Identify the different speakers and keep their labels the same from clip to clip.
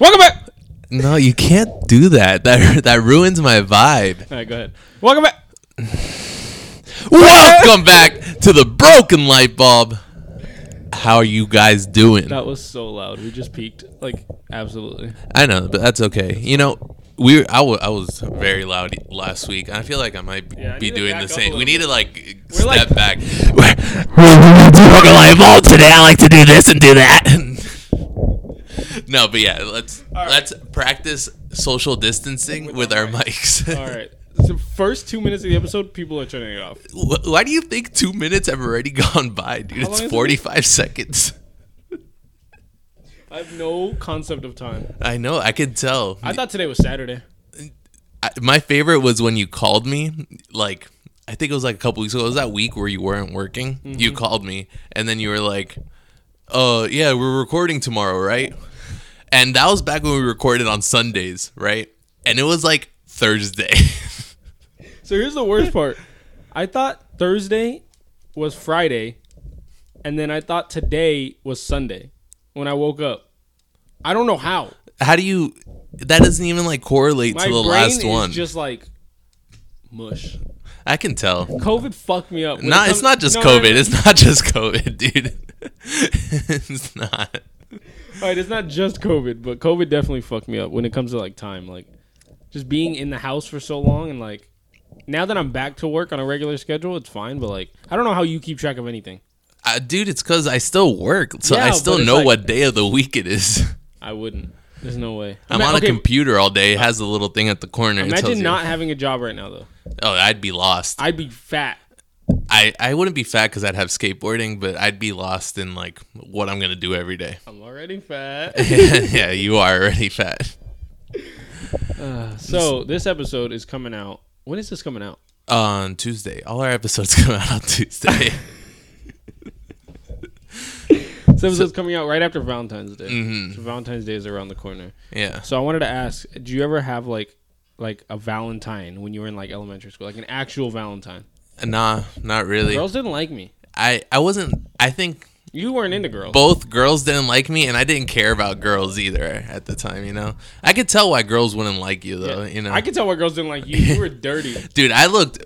Speaker 1: Welcome back.
Speaker 2: No, you can't do that. That that ruins my vibe.
Speaker 1: All right, go ahead. Welcome back.
Speaker 2: Welcome back to the broken light bulb. How are you guys doing?
Speaker 1: That was so loud. We just peaked. Like absolutely.
Speaker 2: I know, but that's okay. You know, we I wa- I was very loud last week. I feel like I might b-
Speaker 1: Yeah, I
Speaker 2: be
Speaker 1: need to
Speaker 2: doing
Speaker 1: back
Speaker 2: the
Speaker 1: up a
Speaker 2: same.
Speaker 1: little
Speaker 2: We need
Speaker 1: bit.
Speaker 2: to like
Speaker 1: We're
Speaker 2: step
Speaker 1: like-
Speaker 2: back. We're, we're doing the broken light bulb today. I like to do this and do that. no, but yeah, let's
Speaker 1: right.
Speaker 2: let's practice social distancing with, our mics.
Speaker 1: All right. So first two minutes of the episode, people are turning it off.
Speaker 2: Wh- Why do you think two minutes have already gone by, dude?
Speaker 1: long has
Speaker 2: It's
Speaker 1: it been?
Speaker 2: 45 seconds.
Speaker 1: I have no concept of time.
Speaker 2: I know, I could tell.
Speaker 1: I thought today was Saturday.
Speaker 2: I- my favorite was when you called me, like, I think it was like a couple weeks ago. It was that week where you weren't working.
Speaker 1: Mm-hmm.
Speaker 2: You called me, and then you were like, uh, yeah, we're recording tomorrow, right? And that was back when we recorded on Sundays, right? And it was like Thursday.
Speaker 1: So here's the worst part. I thought Thursday was Friday, and then I thought today was Sunday when I woke up. I don't know how.
Speaker 2: How do you. That doesn't even like correlate
Speaker 1: My
Speaker 2: to the
Speaker 1: brain
Speaker 2: last
Speaker 1: is
Speaker 2: one.
Speaker 1: just like mush.
Speaker 2: I can tell.
Speaker 1: COVID fucked me up. When it
Speaker 2: No,
Speaker 1: comes-
Speaker 2: it's not just
Speaker 1: No, no,
Speaker 2: COVID.
Speaker 1: no.
Speaker 2: It's not just COVID, dude. it's not.
Speaker 1: All right, it's not just COVID, but COVID definitely fucked me up when it comes to like time, like just being in the house for so long and like now that I'm back to work on a regular schedule, it's fine, but like I don't know how you keep track of anything.
Speaker 2: Uh, dude, it's because I still work, so
Speaker 1: Yeah,
Speaker 2: I
Speaker 1: but
Speaker 2: still
Speaker 1: it's
Speaker 2: know
Speaker 1: like-
Speaker 2: what day of the week it is.
Speaker 1: I wouldn't. There's no way.
Speaker 2: I'm
Speaker 1: Ima-
Speaker 2: on a
Speaker 1: okay,
Speaker 2: computer all day. It has a little thing at the corner. It tells
Speaker 1: Imagine
Speaker 2: you.
Speaker 1: not having a job right now though.
Speaker 2: Oh, I'd be lost.
Speaker 1: I'd be fat.
Speaker 2: I, I wouldn't be fat because I'd have skateboarding, but I'd be lost in like what I'm gonna do every day.
Speaker 1: I'm already fat.
Speaker 2: yeah, you are already fat.
Speaker 1: so this episode is coming out. When is this coming out?
Speaker 2: On Tuesday, all our episodes come out on Tuesday.
Speaker 1: This episode's coming out right after Valentine's Day.
Speaker 2: Mm-hmm.
Speaker 1: So Valentine's Day is around the corner.
Speaker 2: yeah.
Speaker 1: So I wanted to ask, do you ever have like like a Valentine when you were in like elementary school, like an actual Valentine?
Speaker 2: Nah, not really.
Speaker 1: Girls didn't like me.
Speaker 2: I I wasn't. I think
Speaker 1: You weren't into girls.
Speaker 2: both girls didn't like me and I didn't care about girls either at the time, you know. I could tell why girls wouldn't like you though, uh, you know.
Speaker 1: I could tell why girls didn't like you. You were dirty.
Speaker 2: Dude, I looked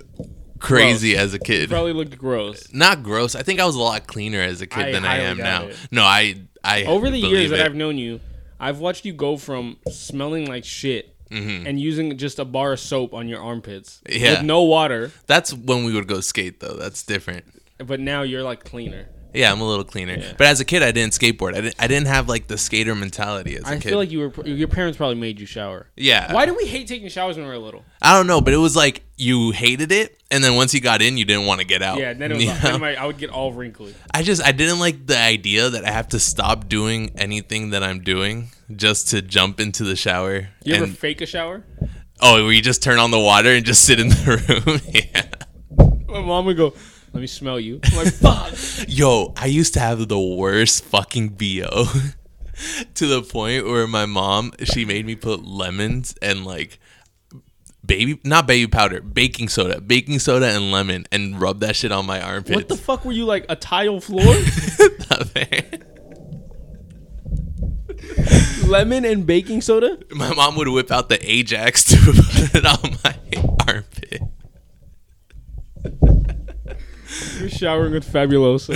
Speaker 2: crazy as a kid.
Speaker 1: Probably looked gross.
Speaker 2: Not gross. I think I was a lot cleaner as a kid
Speaker 1: I
Speaker 2: than I
Speaker 1: highly
Speaker 2: am
Speaker 1: doubt
Speaker 2: now.
Speaker 1: it.
Speaker 2: No, I I
Speaker 1: Over the years
Speaker 2: believe
Speaker 1: that
Speaker 2: it.
Speaker 1: I've known you, I've watched you go from smelling like shit and using just a bar of soap on your armpits
Speaker 2: Mm-hmm. Yeah.
Speaker 1: with no water,
Speaker 2: That's when we would go skate though. That's different.
Speaker 1: but now you're like cleaner.
Speaker 2: Yeah, I'm a little cleaner. But as a kid I didn't skateboard. I didn't, I didn't have like the skater mentality as a
Speaker 1: I
Speaker 2: kid.
Speaker 1: feel like you were your parents probably made you shower.
Speaker 2: yeah.
Speaker 1: Why do we hate taking showers when we were little?
Speaker 2: I don't know, but it was like you hated it and then once you got in you didn't want to get out.
Speaker 1: Yeah, then it was
Speaker 2: You know?
Speaker 1: then my, I would get all wrinkly.
Speaker 2: I just I didn't like the idea that I have to stop doing anything that I'm doing just to jump into the shower.
Speaker 1: You ever
Speaker 2: and,
Speaker 1: fake a shower?
Speaker 2: oh, where you just turn on the water and just sit in the room. yeah.
Speaker 1: My mom would go, "Let me smell you." I'm like, "Fuck."
Speaker 2: Yo, I used to have the worst fucking bo. to the point where my mom, she made me put lemons and like baby not baby powder, baking soda, baking soda and lemon and rub that shit on my armpits.
Speaker 1: What the fuck were you like a tile floor? Lemon and baking soda?
Speaker 2: My mom would whip out the Ajax to put it on my armpit.
Speaker 1: You're showering with Fabuloso.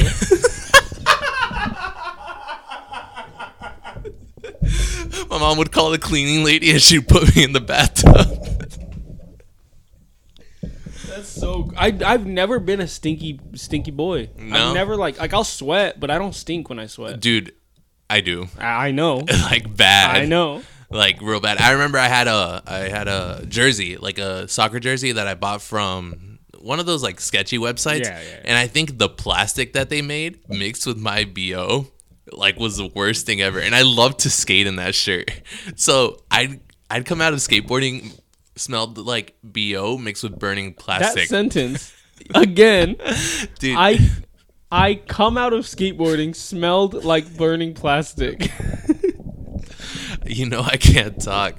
Speaker 2: My mom would call the cleaning lady and she'd put me in the bathtub.
Speaker 1: That's so. I I've never been a stinky stinky boy.
Speaker 2: No?
Speaker 1: I've never like like I'll sweat, but I don't stink when I sweat.
Speaker 2: Dude, I do.
Speaker 1: I, I know.
Speaker 2: Like bad.
Speaker 1: I know.
Speaker 2: Like real bad. I remember I had a I had a jersey, like a soccer jersey that I bought from one of those like sketchy websites.
Speaker 1: Yeah, yeah, yeah.
Speaker 2: And I think the plastic that they made mixed with my BO like was the worst thing ever. And I loved to skate in that shirt. So I'd I'd come out of skateboarding smelled like BO mixed with burning
Speaker 1: That
Speaker 2: plastic.
Speaker 1: sentence again.
Speaker 2: Dude.
Speaker 1: I I come out of skateboarding smelled like burning plastic.
Speaker 2: You know I can't talk.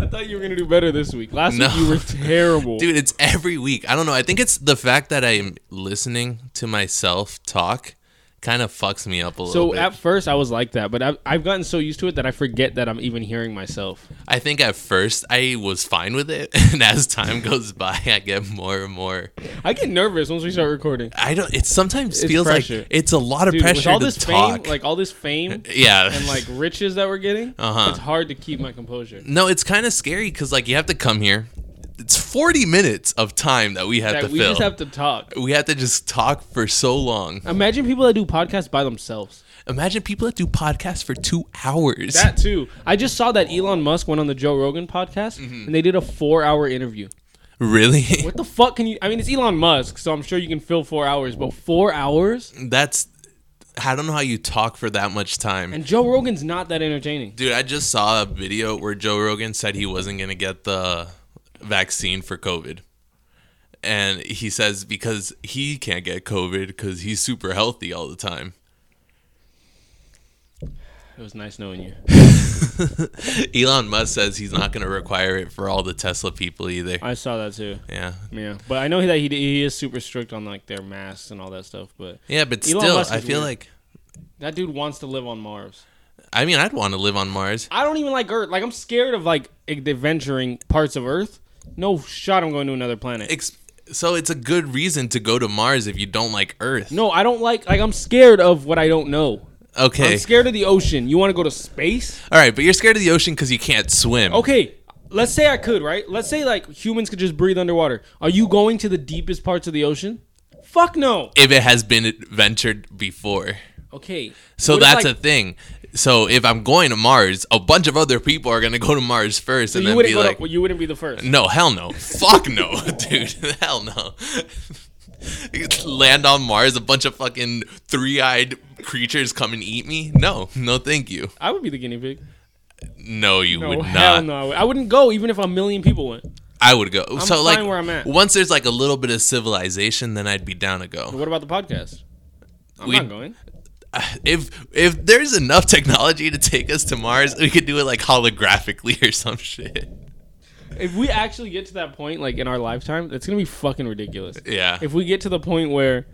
Speaker 1: I thought you were gonna do better this week. Last
Speaker 2: No.
Speaker 1: week you were terrible.
Speaker 2: Dude, it's every week. I don't know. I think it's the fact that I'm listening to myself talk kind of fucks me up a little
Speaker 1: So
Speaker 2: bit.
Speaker 1: at first I was like that, but I've, I've gotten so used to it that I forget that I'm even hearing myself.
Speaker 2: I think at first I was fine with it, and as time goes by, I get more and more.
Speaker 1: I get nervous once we start recording.
Speaker 2: I don't. It sometimes
Speaker 1: It's
Speaker 2: feels
Speaker 1: pressure.
Speaker 2: like it's a lot of
Speaker 1: Dude, with
Speaker 2: pressure
Speaker 1: all
Speaker 2: to
Speaker 1: this
Speaker 2: talk.
Speaker 1: fame, like all this fame
Speaker 2: yeah,
Speaker 1: and like riches that we're getting,
Speaker 2: Uh-huh.
Speaker 1: it's hard to keep my composure.
Speaker 2: no, it's kind of scary because like you have to come here. It's forty minutes of time that we have
Speaker 1: That
Speaker 2: to
Speaker 1: we
Speaker 2: fill.
Speaker 1: just have to talk.
Speaker 2: we have to just talk for so long.
Speaker 1: Imagine people that do podcasts by themselves.
Speaker 2: Imagine people that do podcasts for two hours.
Speaker 1: That too. I just saw that Elon Musk went on the Joe Rogan podcast
Speaker 2: Mm-hmm.
Speaker 1: and they did a four-hour interview.
Speaker 2: really?
Speaker 1: What the fuck can you? I mean, it's Elon Musk, so I'm sure you can fill four hours, but four hours
Speaker 2: That's. I don't know how you talk for that much time.
Speaker 1: and Joe Rogan's not that entertaining.
Speaker 2: Dude, I just saw a video where Joe Rogan said he wasn't going to get the vaccine for COVID. And he says because he can't get COVID because he's super healthy all the time.
Speaker 1: It was nice knowing you.
Speaker 2: Elon Musk says he's not going to require it for all the Tesla people either.
Speaker 1: I saw that too.
Speaker 2: Yeah.
Speaker 1: Yeah, but I know that he he is super strict on like their masks and all that stuff. But
Speaker 2: Yeah, but
Speaker 1: Elon
Speaker 2: still,
Speaker 1: Musk
Speaker 2: I
Speaker 1: is
Speaker 2: feel
Speaker 1: weird.
Speaker 2: like,
Speaker 1: that dude wants to live on Mars.
Speaker 2: I mean, I'd want to live on Mars.
Speaker 1: I don't even like Earth. Like I'm scared of like adventuring parts of Earth. No shot, I'm going to another planet.
Speaker 2: Ex- so it's a good reason to go to Mars if you don't like Earth.
Speaker 1: no, I don't like. Like I'm scared of what I don't know.
Speaker 2: Okay.
Speaker 1: I'm scared of the ocean. You want to go to space?
Speaker 2: all right, but you're scared of the ocean because you can't swim.
Speaker 1: Okay, let's say I could, right? Let's say like humans could just breathe underwater. Are you going to the deepest parts of the ocean? Fuck no.
Speaker 2: If it has been ventured before.
Speaker 1: Okay.
Speaker 2: So
Speaker 1: What if,
Speaker 2: that's
Speaker 1: like,
Speaker 2: a thing. So if I'm going to Mars, a bunch of other people are gonna go to Mars first, and
Speaker 1: you
Speaker 2: then
Speaker 1: wouldn't
Speaker 2: be
Speaker 1: go to-
Speaker 2: like,
Speaker 1: well, you wouldn't be the first.
Speaker 2: "No, hell no, fuck no, dude, hell no." Land on Mars, a bunch of fucking three-eyed creatures come and eat me? No, no, thank you.
Speaker 1: I would be the guinea pig.
Speaker 2: No, you
Speaker 1: No,
Speaker 2: would
Speaker 1: hell
Speaker 2: not.
Speaker 1: no. I would- I wouldn't go even if a million people went.
Speaker 2: I would go. so
Speaker 1: fine
Speaker 2: like,
Speaker 1: where I'm at.
Speaker 2: once there's like a little bit of civilization, then I'd be down to go.
Speaker 1: What about the podcast? I'm
Speaker 2: We-
Speaker 1: not going.
Speaker 2: If if there's enough technology to take us to Mars, we could do it like holographically or some shit.
Speaker 1: If we actually get to that point, like in our lifetime, that's gonna be fucking ridiculous.
Speaker 2: Yeah.
Speaker 1: If we get to the point where,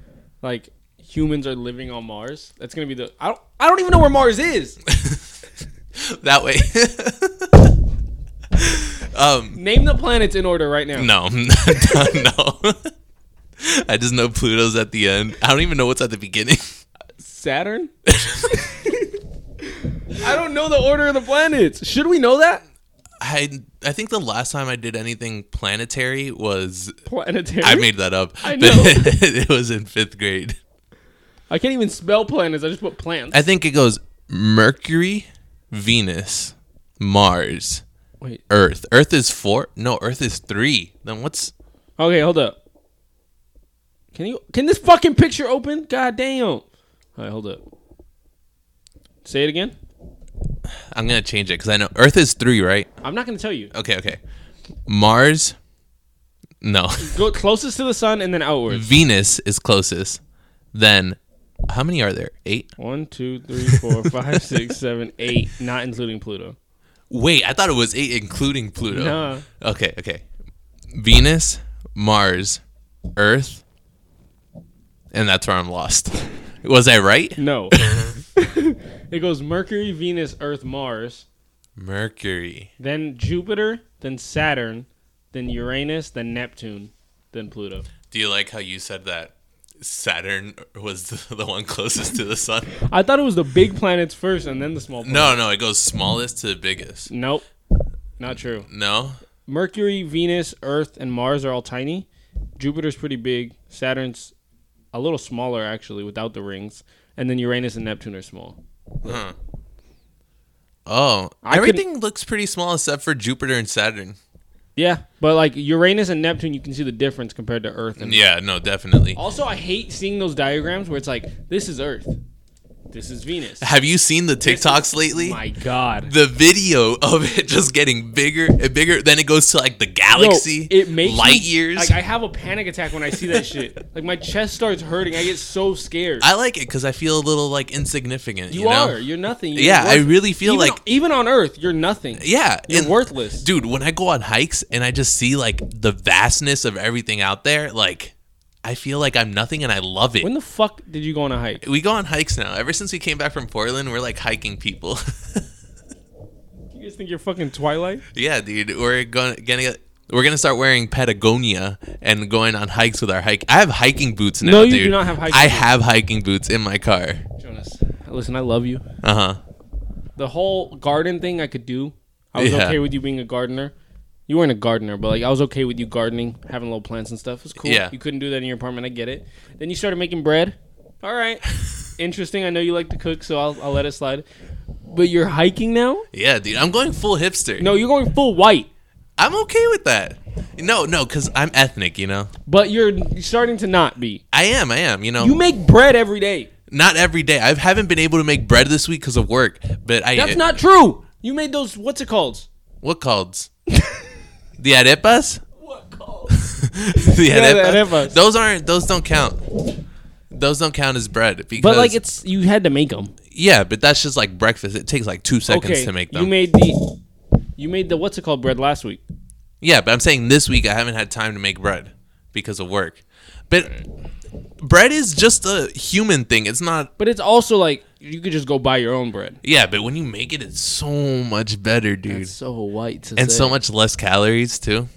Speaker 1: like, humans are living on Mars, that's gonna be the. I don't. I don't even know where Mars is.
Speaker 2: that way. um,
Speaker 1: Name the planets in order right now.
Speaker 2: no, no. I just know Pluto's at the end. I don't even know what's at the beginning.
Speaker 1: Saturn. I don't know the order of the planets. Should we know that?
Speaker 2: I I think the last time I did anything planetary was
Speaker 1: Planetary.
Speaker 2: I made that up.
Speaker 1: I
Speaker 2: but
Speaker 1: know.
Speaker 2: it was in fifth grade.
Speaker 1: I can't even spell planets. I just put plants.
Speaker 2: I think it goes Mercury, Venus, Mars,
Speaker 1: Wait.
Speaker 2: Earth. Earth is four. No, Earth is three. Then what's
Speaker 1: Okay, hold up. Can you can this fucking picture open? God damn. All right, hold up. Say it again.
Speaker 2: I'm gonna change it because I know Earth is three, right?
Speaker 1: I'm not gonna tell you.
Speaker 2: Okay, okay. Mars. No.
Speaker 1: Go closest to the sun and then outwards.
Speaker 2: Venus is closest. Then how many are there? Eight?
Speaker 1: One, two, three, four, five, six, seven, eight. Not including Pluto.
Speaker 2: Wait, I thought it was eight including Pluto.
Speaker 1: Nah.
Speaker 2: Okay, okay. Venus, Mars, Earth. And that's where I'm lost. Was I right?
Speaker 1: No. it goes Mercury, Venus, Earth, Mars,
Speaker 2: Mercury.
Speaker 1: then Jupiter, then Saturn, then Uranus, then Neptune, then Pluto.
Speaker 2: Do you like how you said that Saturn was the the one closest to the sun?
Speaker 1: I thought it was the big planets first and then the small planets.
Speaker 2: No, no, it goes smallest to the biggest.
Speaker 1: Nope. Not true.
Speaker 2: No?
Speaker 1: Mercury, Venus, Earth, and Mars are all tiny. Jupiter's pretty big. Saturn's a little smaller, actually, without the rings. And then Uranus and Neptune are small.
Speaker 2: Oh,
Speaker 1: I could-
Speaker 2: everything looks pretty small except for Jupiter and Saturn.
Speaker 1: Yeah, but like Uranus and Neptune, you can see the difference compared to Earth. And
Speaker 2: Yeah, no, definitely.
Speaker 1: Also, I hate seeing those diagrams where it's like, this is Earth, this is Venus.
Speaker 2: Have you seen the TikToks lately?
Speaker 1: My God.
Speaker 2: the video of it just getting bigger and bigger. Then it goes to like the
Speaker 1: Yo,
Speaker 2: galaxy,
Speaker 1: it makes me-
Speaker 2: light years.
Speaker 1: Like I have a panic attack when I see that shit. Like my chest starts hurting. I get so scared.
Speaker 2: I like it because I feel a little like insignificant. You,
Speaker 1: you,
Speaker 2: know?
Speaker 1: are. You're nothing. You're
Speaker 2: Yeah, I
Speaker 1: worth-
Speaker 2: really feel
Speaker 1: even-
Speaker 2: like
Speaker 1: even on Earth, you're nothing.
Speaker 2: yeah,
Speaker 1: You're
Speaker 2: and-
Speaker 1: worthless.
Speaker 2: dude. When I go on hikes and I just see like the vastness of everything out there, like I feel like I'm nothing and I love it.
Speaker 1: When the fuck did you go on a hike?
Speaker 2: we go on hikes now. Ever since we came back from Portland, we're like hiking people.
Speaker 1: You guys think you're fucking Twilight?
Speaker 2: yeah, dude, we're gonna gonna we're gonna start wearing Patagonia and going on hikes with our hike. I have hiking boots now.
Speaker 1: No, you
Speaker 2: dude.
Speaker 1: do not have hiking
Speaker 2: I
Speaker 1: boots.
Speaker 2: have hiking boots in my car.
Speaker 1: Jonas, listen, I love you.
Speaker 2: Uh huh.
Speaker 1: The whole garden thing I could do. I was
Speaker 2: Yeah.
Speaker 1: okay with you being a gardener. You weren't a gardener, but like I was okay with you gardening, having little plants and stuff. It's cool.
Speaker 2: Yeah.
Speaker 1: You couldn't do that in your apartment. I get it. Then you started making bread. All right. Interesting. I know you like to cook, so I'll, I'll let it slide. But you're hiking now?
Speaker 2: Yeah, dude, I'm going full hipster.
Speaker 1: No, you're going full white.
Speaker 2: I'm okay with that. No, no, because I'm ethnic, you know?
Speaker 1: But you're starting to not be.
Speaker 2: I am, I am, you know?
Speaker 1: You make bread every day.
Speaker 2: not every day. I haven't been able to make bread this week because of work, but I.
Speaker 1: That's not true. You made those what's it called?
Speaker 2: What calls? the arepas?
Speaker 1: What called?
Speaker 2: the
Speaker 1: Yeah, the
Speaker 2: arepas?
Speaker 1: arepas.
Speaker 2: Those aren't, those don't count. Those don't count as bread because.
Speaker 1: But like it's you had to make them.
Speaker 2: Yeah, but that's just like breakfast. It takes like two seconds
Speaker 1: Okay.
Speaker 2: to make
Speaker 1: You
Speaker 2: them.
Speaker 1: made the You made the what's it called bread last week.
Speaker 2: yeah, but I'm saying this week I haven't had time to make bread because of work. But bread is just a human thing. It's not
Speaker 1: But it's also like you could just go buy your own bread.
Speaker 2: Yeah, but when you make it, it's so much better, dude.
Speaker 1: It's so white to
Speaker 2: and
Speaker 1: say.
Speaker 2: so much less calories too.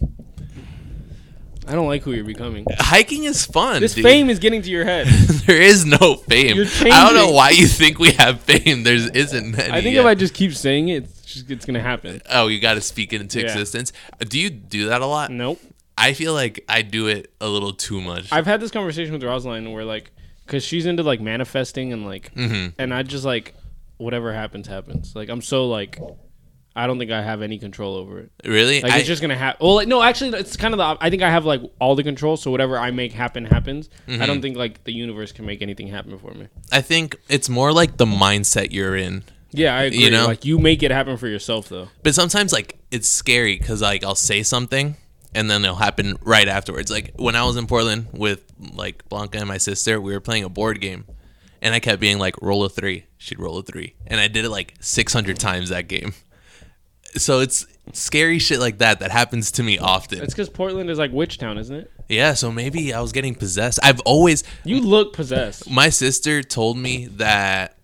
Speaker 1: I don't like who you're becoming.
Speaker 2: Hiking is fun.
Speaker 1: This
Speaker 2: dude.
Speaker 1: fame is getting to your head.
Speaker 2: there is no fame.
Speaker 1: You're
Speaker 2: I don't know
Speaker 1: changing.
Speaker 2: why you think we have fame. There isn't any.
Speaker 1: I think if I just keep saying it, it's just it's gonna happen.
Speaker 2: oh, you got to speak it into
Speaker 1: Yeah. Mm.
Speaker 2: existence. Uh, Do you do that a lot?
Speaker 1: Nope.
Speaker 2: I feel like I do it a little too much.
Speaker 1: I've had this conversation with Rosaline where like, cause she's into like manifesting and like,
Speaker 2: Mm-hmm.
Speaker 1: and I just like, whatever happens happens. Like I'm so like, I don't think I have any control over it.
Speaker 2: really?
Speaker 1: Like
Speaker 2: I,
Speaker 1: it's just gonna happen. Well, like no, actually, it's kind of the. op- I think I have like all the control, so whatever I make happen happens. I
Speaker 2: Mm-hmm.
Speaker 1: don't think like the universe can make anything happen for me.
Speaker 2: I think it's more like the mindset you're in.
Speaker 1: Yeah, I agree.
Speaker 2: You know?
Speaker 1: Like you make it happen for yourself though.
Speaker 2: But sometimes like it's scary because like I'll say something and then it'll happen right afterwards. Like when I was in Portland with like Blanca and my sister, we were playing a board game, and I kept being like roll a three, she'd roll a three, and I did it like six hundred times that game. So it's scary shit like that that happens to me often.
Speaker 1: It's because Portland is like witch town, isn't it?
Speaker 2: yeah, so maybe I was getting possessed. I've always
Speaker 1: You look possessed.
Speaker 2: my sister told me that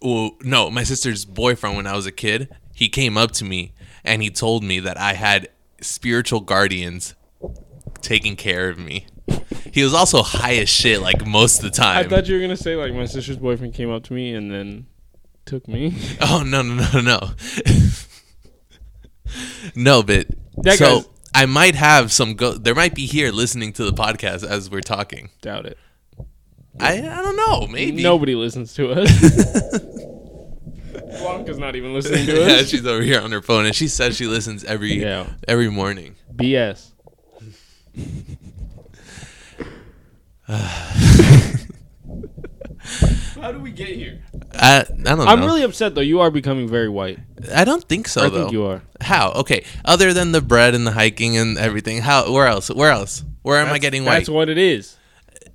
Speaker 2: well no my sister's boyfriend when i was a kid he came up to me and he told me that i had spiritual guardians taking care of me he was also high as shit like most of the
Speaker 1: I
Speaker 2: time
Speaker 1: thought you were gonna say like my sister's boyfriend came up to me and then took me.
Speaker 2: oh no no no no no but
Speaker 1: That
Speaker 2: so
Speaker 1: guy's-
Speaker 2: i might have some go there might be here listening to the podcast as we're talking
Speaker 1: Doubt it.
Speaker 2: i i don't know maybe
Speaker 1: Nobody listens to us. Blanca's not even listening to
Speaker 2: yeah,
Speaker 1: us.
Speaker 2: she's over here on her phone, and she says she listens every
Speaker 1: Yeah.
Speaker 2: every morning.
Speaker 1: BS. How do we get here?
Speaker 2: I I don't
Speaker 1: I'm
Speaker 2: know.
Speaker 1: really upset though. You are becoming very white.
Speaker 2: I don't think so
Speaker 1: I
Speaker 2: Oh, though.
Speaker 1: think you are.
Speaker 2: How? Okay. Other than the bread and the hiking and everything, how? Where else? Where else? Where am I getting white?
Speaker 1: That's what it is.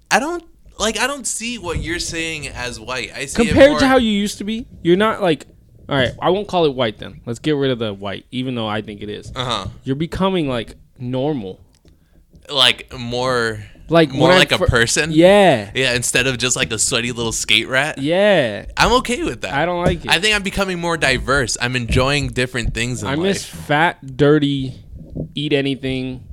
Speaker 2: I don't like. I don't see what you're saying as white. I see it
Speaker 1: Compared
Speaker 2: more-
Speaker 1: to how you used to be, you're not like. All right, I won't call it white then. Let's get rid of the white, even though I think it is.
Speaker 2: Uh-huh.
Speaker 1: You're becoming like normal,
Speaker 2: like more
Speaker 1: like
Speaker 2: more
Speaker 1: when I
Speaker 2: like a
Speaker 1: fir-
Speaker 2: person.
Speaker 1: Yeah,
Speaker 2: Yeah. Instead of just like a sweaty little skate rat.
Speaker 1: yeah.
Speaker 2: I'm okay with that.
Speaker 1: I don't like it.
Speaker 2: I think I'm becoming more diverse. I'm enjoying different things in
Speaker 1: I
Speaker 2: life.
Speaker 1: miss fat, dirty, eat anything,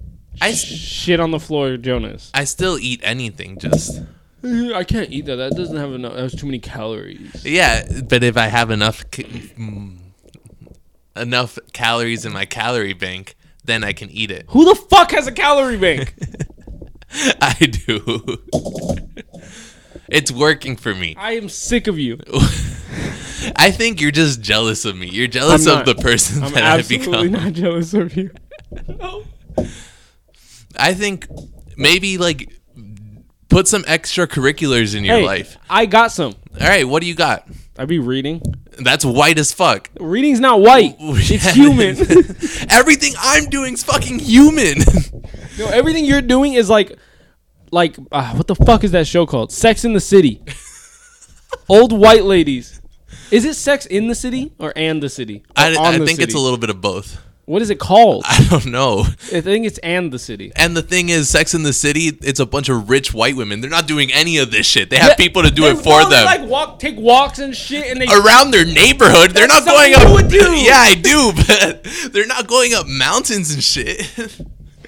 Speaker 2: I
Speaker 1: sh-
Speaker 2: s-
Speaker 1: shit on the floor, Jonas.
Speaker 2: I still eat anything. Just
Speaker 1: I can't eat that. That doesn't have enough. That was too many calories.
Speaker 2: Yeah, but if I have enough ca- mm, enough calories in my calorie bank, then I can eat it.
Speaker 1: Who the fuck has a calorie bank?
Speaker 2: I do. it's working for me.
Speaker 1: I am sick of you.
Speaker 2: I think you're just jealous of me. You're jealous
Speaker 1: I'm
Speaker 2: of
Speaker 1: not.
Speaker 2: the person
Speaker 1: I'm
Speaker 2: that I've
Speaker 1: absolutely
Speaker 2: become.
Speaker 1: not jealous of you. No.
Speaker 2: I think maybe like put some extracurriculars in your
Speaker 1: Hey,
Speaker 2: life.
Speaker 1: I got some.
Speaker 2: All right, what do you got?
Speaker 1: I'd be reading.
Speaker 2: That's white as fuck.
Speaker 1: Reading's not white. It's human.
Speaker 2: Everything I'm doing is fucking human.
Speaker 1: no, everything you're doing is like, like uh, what the fuck is that show called? Sex in the City. Old white ladies. Is it Sex in the City or and the City? Or
Speaker 2: I,
Speaker 1: On
Speaker 2: I
Speaker 1: the
Speaker 2: think it's
Speaker 1: City?
Speaker 2: a little bit of both.
Speaker 1: What is it called?
Speaker 2: I don't know.
Speaker 1: I think it's and the city.
Speaker 2: And the thing is, Sex in the City, it's a bunch of rich white women. They're not doing any of this shit. They have people to do
Speaker 1: They
Speaker 2: it for
Speaker 1: literally,
Speaker 2: them.
Speaker 1: Like walk, take walks and shit, and they
Speaker 2: around their neighborhood. They're
Speaker 1: That's
Speaker 2: not going up.
Speaker 1: something you would do.
Speaker 2: Yeah, I do, but they're not going up mountains and shit.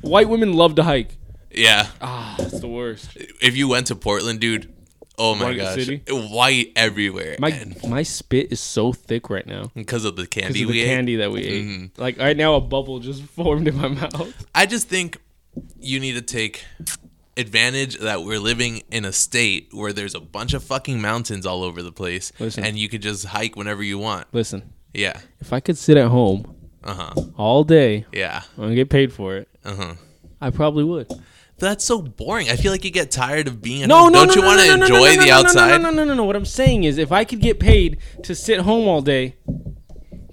Speaker 1: white women love to hike.
Speaker 2: yeah,
Speaker 1: Ah, it's the worst.
Speaker 2: if you went to Portland, dude, oh my
Speaker 1: White
Speaker 2: gosh,
Speaker 1: city?
Speaker 2: white everywhere,
Speaker 1: My
Speaker 2: man,
Speaker 1: my spit is so thick right now
Speaker 2: because of the candy
Speaker 1: because of
Speaker 2: we
Speaker 1: the
Speaker 2: ate.
Speaker 1: candy that we ate.
Speaker 2: Mm-hmm.
Speaker 1: Like right now, a bubble just formed in my mouth.
Speaker 2: I just think you need to take advantage that we're living in a state where there's a bunch of fucking mountains all over the place,
Speaker 1: Listen.
Speaker 2: and you could just hike whenever you want.
Speaker 1: Listen,
Speaker 2: Yeah,
Speaker 1: if I could sit at home
Speaker 2: uh huh,
Speaker 1: all day
Speaker 2: yeah,
Speaker 1: and get paid for it,
Speaker 2: uh huh.
Speaker 1: I probably would.
Speaker 2: That's so boring. I feel like you get tired of being. At
Speaker 1: No,
Speaker 2: home.
Speaker 1: no,
Speaker 2: Don't
Speaker 1: no,
Speaker 2: you
Speaker 1: no,
Speaker 2: want to
Speaker 1: no, no, no,
Speaker 2: enjoy
Speaker 1: no, no,
Speaker 2: the
Speaker 1: no,
Speaker 2: outside?
Speaker 1: No, no, no, no, no. What I'm saying is, if I could get paid to sit home all day,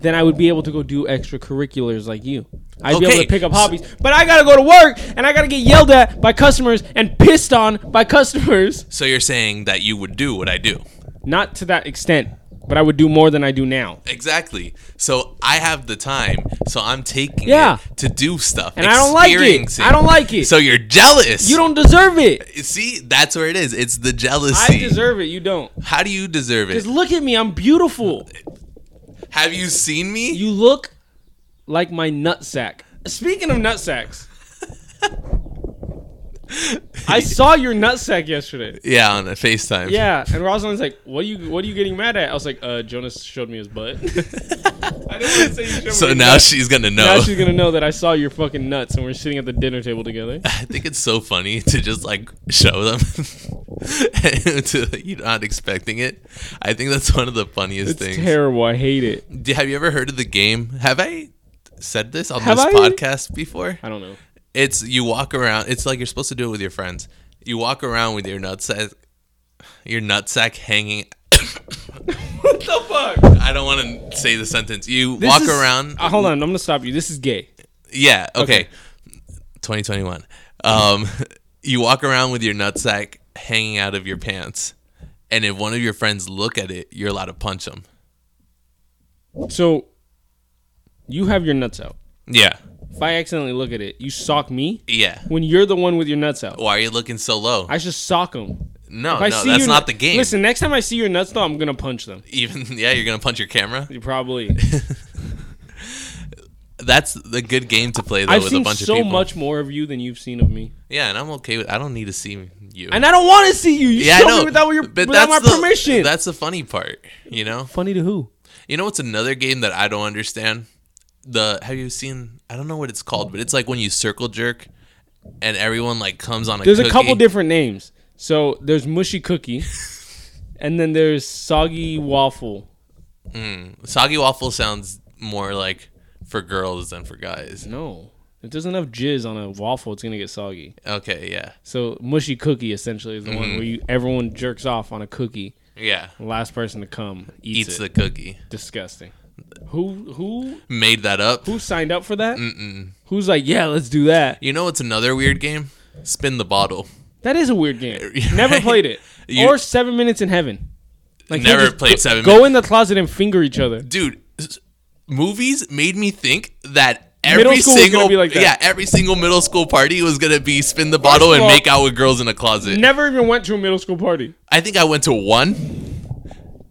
Speaker 1: then I would be able to go do extracurriculars like you. I'd be able
Speaker 2: Okay.
Speaker 1: to pick up hobbies, but I gotta go to work and I gotta get yelled at by customers and pissed on by customers.
Speaker 2: So you're saying that you would do what I do.
Speaker 1: Not to that extent, but I would do more than I do now.
Speaker 2: Exactly. So I have the time, so I'm taking
Speaker 1: Yeah.
Speaker 2: it to do stuff.
Speaker 1: And I don't like it.
Speaker 2: experience
Speaker 1: I don't like it.
Speaker 2: So you're jealous.
Speaker 1: You don't deserve it.
Speaker 2: see that's where it is. It's the jealousy.
Speaker 1: I deserve it. You don't.
Speaker 2: How do you deserve it?
Speaker 1: Just look at me. I'm beautiful.
Speaker 2: Have you seen me?
Speaker 1: You look like my nutsack. Speaking of nutsacks, I saw your nutsack yesterday.
Speaker 2: yeah, on a FaceTime.
Speaker 1: Yeah, and Rosalind's like, "What are you? What are you getting mad at?" I was like, "Uh, Jonas showed me his butt." I didn't want to say you showed me
Speaker 2: So
Speaker 1: his
Speaker 2: now oh.
Speaker 1: butt.
Speaker 2: she's gonna know.
Speaker 1: now she's gonna know that I saw your fucking nuts, and we're sitting at the dinner table together.
Speaker 2: I think it's so funny to just like show them to you're not expecting it. I think that's one of the funniest
Speaker 1: It's
Speaker 2: things.
Speaker 1: terrible. I hate it.
Speaker 2: Do- Have you ever heard of the game? Have I said this on
Speaker 1: Have
Speaker 2: this
Speaker 1: I?
Speaker 2: podcast before?
Speaker 1: I don't know.
Speaker 2: It's you walk around. It's like you're supposed to do it with your friends. You walk around with your nutsack, your nutsack hanging.
Speaker 1: What the fuck?
Speaker 2: I don't want to say the sentence. You walk around.
Speaker 1: Ah, hold on, I'm gonna stop you. This is gay.
Speaker 2: yeah. Okay.
Speaker 1: Okay.
Speaker 2: 2021. Um, you walk around with your nutsack hanging out of your pants, and if one of your friends look at it, you're allowed to punch them.
Speaker 1: So, you have your nuts out.
Speaker 2: Yeah.
Speaker 1: If I accidentally look at it, you sock me
Speaker 2: Yeah.
Speaker 1: when you're the one with your nuts out.
Speaker 2: Why are you looking so low?
Speaker 1: I should sock them.
Speaker 2: no,
Speaker 1: If I
Speaker 2: Oh, no,
Speaker 1: see
Speaker 2: that's
Speaker 1: your-
Speaker 2: not the game.
Speaker 1: Listen, next time I see your nuts, though, I'm gonna punch them.
Speaker 2: even yeah you're gonna punch your camera
Speaker 1: You probably.
Speaker 2: that's the good game to play though
Speaker 1: I've
Speaker 2: with
Speaker 1: seen
Speaker 2: a bunch
Speaker 1: so
Speaker 2: of people
Speaker 1: much more of you than you've seen of me,
Speaker 2: yeah and i'm okay with i don't need to see you
Speaker 1: and I don't want to see you. You
Speaker 2: yeah
Speaker 1: show me without your without my
Speaker 2: the,
Speaker 1: permission.
Speaker 2: that's the funny part you know
Speaker 1: funny to who?
Speaker 2: you know what's another game that i don't understand the have you seen i don't know what it's called but it's like when you circle jerk and everyone like comes on a
Speaker 1: There's
Speaker 2: cookie.
Speaker 1: a couple different names. So there's mushy cookie, and then there's soggy waffle.
Speaker 2: soggy waffle sounds more like for girls than for guys
Speaker 1: No, if there's enough jizz on a waffle, it's gonna get soggy.
Speaker 2: okay yeah
Speaker 1: So mushy cookie essentially is the
Speaker 2: Mm-hmm.
Speaker 1: one where you everyone jerks off on a cookie.
Speaker 2: yeah
Speaker 1: The last person to come eats,
Speaker 2: eats
Speaker 1: it.
Speaker 2: the cookie
Speaker 1: Disgusting. Who who
Speaker 2: made that up
Speaker 1: who signed up for that? Who's like, yeah, let's do that.
Speaker 2: you know what's another weird game spin the bottle
Speaker 1: That is a weird game.
Speaker 2: Right?
Speaker 1: Never played it.
Speaker 2: You-
Speaker 1: or Seven Minutes in Heaven. Like
Speaker 2: Never
Speaker 1: they'll just
Speaker 2: played
Speaker 1: go-
Speaker 2: Seven
Speaker 1: Go in the closet and finger each other.
Speaker 2: dude s- movies made me think that
Speaker 1: Middle
Speaker 2: every
Speaker 1: school was gonna
Speaker 2: single
Speaker 1: be like that.
Speaker 2: yeah every single middle school party was gonna be spin the bottle
Speaker 1: of
Speaker 2: and
Speaker 1: all-
Speaker 2: make out with girls in a closet
Speaker 1: Never even went to a middle school party.
Speaker 2: i think i went to one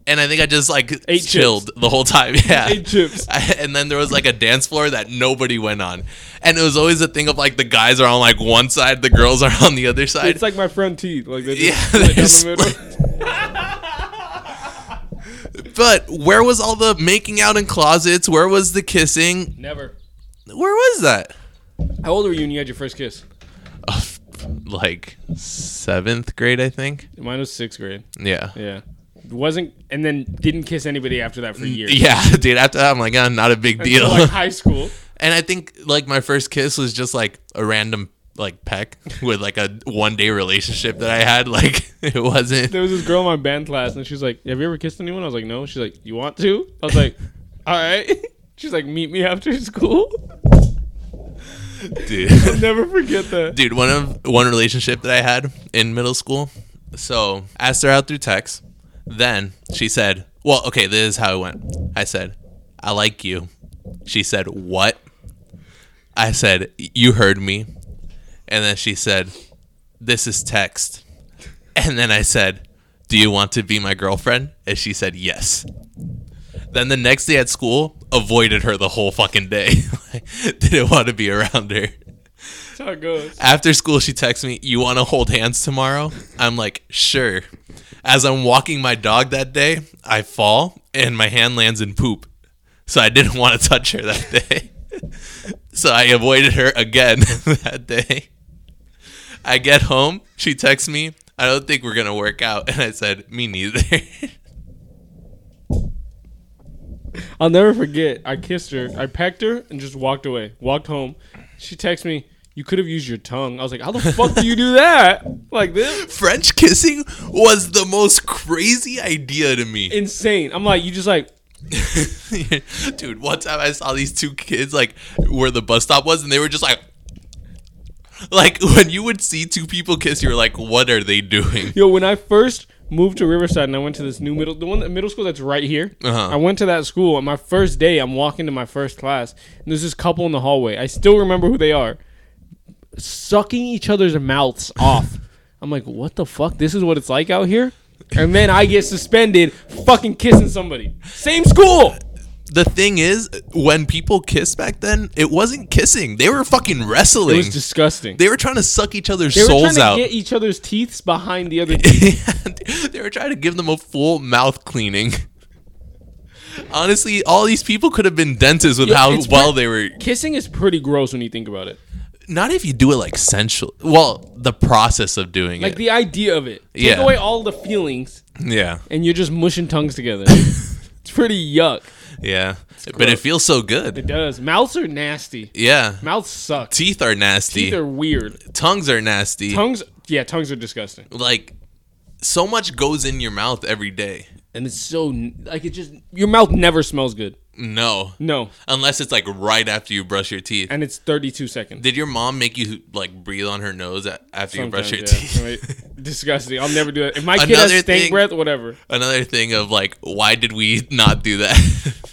Speaker 2: and i think i just like
Speaker 1: Ate
Speaker 2: chilled the whole time yeah
Speaker 1: Ate chips.
Speaker 2: I- and then there was like a dance floor that nobody went on and it was always a thing of like the guys are on like one side the girls are on the other side
Speaker 1: It's like my front teeth. Like they
Speaker 2: Yeah,
Speaker 1: just split down the
Speaker 2: they're
Speaker 1: middle.
Speaker 2: but where was all the making out in closets where was the kissing
Speaker 1: Never.
Speaker 2: where was that
Speaker 1: How old were you when you had your first kiss?
Speaker 2: like seventh grade i think
Speaker 1: Mine was sixth grade.
Speaker 2: yeah
Speaker 1: Yeah. Wasn't and then didn't kiss anybody after that for years.
Speaker 2: Yeah, dude. After that, I'm like, ah, not a big deal.
Speaker 1: Until, like high school.
Speaker 2: and I think like my first kiss was just like a random like peck with like a one day relationship that I had. Like it wasn't.
Speaker 1: There was this girl in my band class and she's like, Have you ever kissed anyone? I was like, No. She's like, You want to? I was like, All right. She's like, Meet me after school.
Speaker 2: Dude.
Speaker 1: Never forget that.
Speaker 2: dude, one of one relationship that I had in middle school. So asked her out through text. Then she said, "Well, okay, this is how it went." I said, "I like you." She said, What? I said, You heard me. And then she said, This is text. And then I said, Do you want to be my girlfriend? And she said, Yes. Then the next day at school, avoided her the whole fucking day. Like, Didn't want to be around her.
Speaker 1: That's how it goes.
Speaker 2: After school, she texts me, You want to hold hands tomorrow? I'm like, Sure. As I'm walking my dog that day, I fall and my hand lands in poop. So I didn't want to touch her that day. so I avoided her again that day. I get home, she texts me, I don't think we're going to work out. And I said, Me neither.
Speaker 1: I'll never forget. I kissed her, I pecked her, and just walked away. Walked home. She texts me, "You could have used your tongue." I was like, "How the fuck do you do that? Like this?
Speaker 2: French kissing was the most crazy idea to me.
Speaker 1: Insane." I'm like, "You just like."
Speaker 2: Dude, one time I saw these two kids like where the bus stop was, and they were just like, like when you would see two people kiss, you were like, "What are they doing?"
Speaker 1: Yo, when I first moved to Riverside and I went to this new middle, the one the middle school that's right here.
Speaker 2: Uh-huh.
Speaker 1: I went to that school, and my first day, I'm walking to my first class, and there's this couple in the hallway. I still remember who they are, sucking each other's mouths off. I'm like, what the fuck? This is what it's like out here. And then I get suspended, fucking kissing somebody. Same school.
Speaker 2: The thing is, when people kissed back then, it wasn't kissing; they were fucking
Speaker 1: It
Speaker 2: wrestling.
Speaker 1: was disgusting.
Speaker 2: they were trying to suck each other's
Speaker 1: They were
Speaker 2: souls
Speaker 1: trying
Speaker 2: out.
Speaker 1: to get each other's teeth behind the other. teeth.
Speaker 2: they were trying to give them a full mouth cleaning. Honestly, all these people could have been dentists with
Speaker 1: Yeah,
Speaker 2: how
Speaker 1: it's
Speaker 2: well
Speaker 1: pre-
Speaker 2: they were
Speaker 1: Kissing is pretty gross when you think about it.
Speaker 2: not if you do it like sensual. Well, the process of doing
Speaker 1: Like
Speaker 2: it.
Speaker 1: the idea of it. Take
Speaker 2: Yeah.
Speaker 1: away all the feelings,
Speaker 2: yeah,
Speaker 1: and you're just mushing tongues together. it's pretty yuck.
Speaker 2: yeah. But it
Speaker 1: gross.
Speaker 2: feels so good.
Speaker 1: It does. Mouths are nasty.
Speaker 2: Yeah.
Speaker 1: Mouths suck.
Speaker 2: Teeth are nasty.
Speaker 1: Teeth are weird.
Speaker 2: Tongues are nasty.
Speaker 1: Tongues, yeah, tongues are disgusting.
Speaker 2: like so much goes in your mouth every day.
Speaker 1: And it's so like it just your mouth never smells good.
Speaker 2: No.
Speaker 1: No,
Speaker 2: Unless it's like right after you brush your teeth.
Speaker 1: and it's 32 seconds.
Speaker 2: Did your mom make you like breathe on her nose a- after you brush your
Speaker 1: Sometimes,
Speaker 2: teeth?
Speaker 1: yeah. Right? Disgusting. I'll never do that. If my kid has
Speaker 2: Another
Speaker 1: stink
Speaker 2: thing-
Speaker 1: breath, whatever.
Speaker 2: Another thing of like, why did we not do that?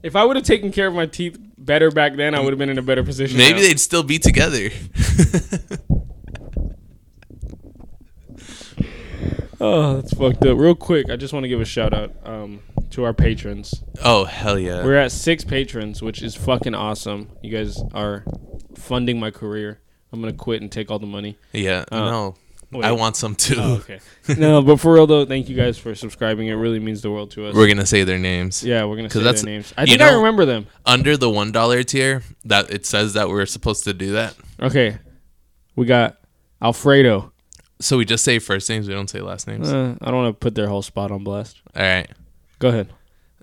Speaker 1: If I would have taken care of my teeth better back then, I would have been in a better position.
Speaker 2: Maybe
Speaker 1: now.
Speaker 2: they'd still be together.
Speaker 1: Oh, that's fucked up. Real quick, I just want to give a shout out um, to our patrons.
Speaker 2: oh hell yeah!
Speaker 1: We're at six patrons, which is fucking awesome. You guys are funding my career. I'm gonna quit and take all the money.
Speaker 2: yeah, no, I
Speaker 1: Uh, wait. Oh.
Speaker 2: want some too.
Speaker 1: Okay. no, but for real though, thank you guys for subscribing. It really means the world to us.
Speaker 2: We're gonna say their names.
Speaker 1: yeah, we're gonna say
Speaker 2: that's-
Speaker 1: their names. I
Speaker 2: you
Speaker 1: think I
Speaker 2: know-
Speaker 1: remember them.
Speaker 2: Under the one dollar tier, that it says that we're supposed to do that.
Speaker 1: Okay, we got Alfredo.
Speaker 2: So we just say first names. We don't say last names.
Speaker 1: Uh, I don't want to put their whole spot on blast.
Speaker 2: All right.
Speaker 1: Go ahead.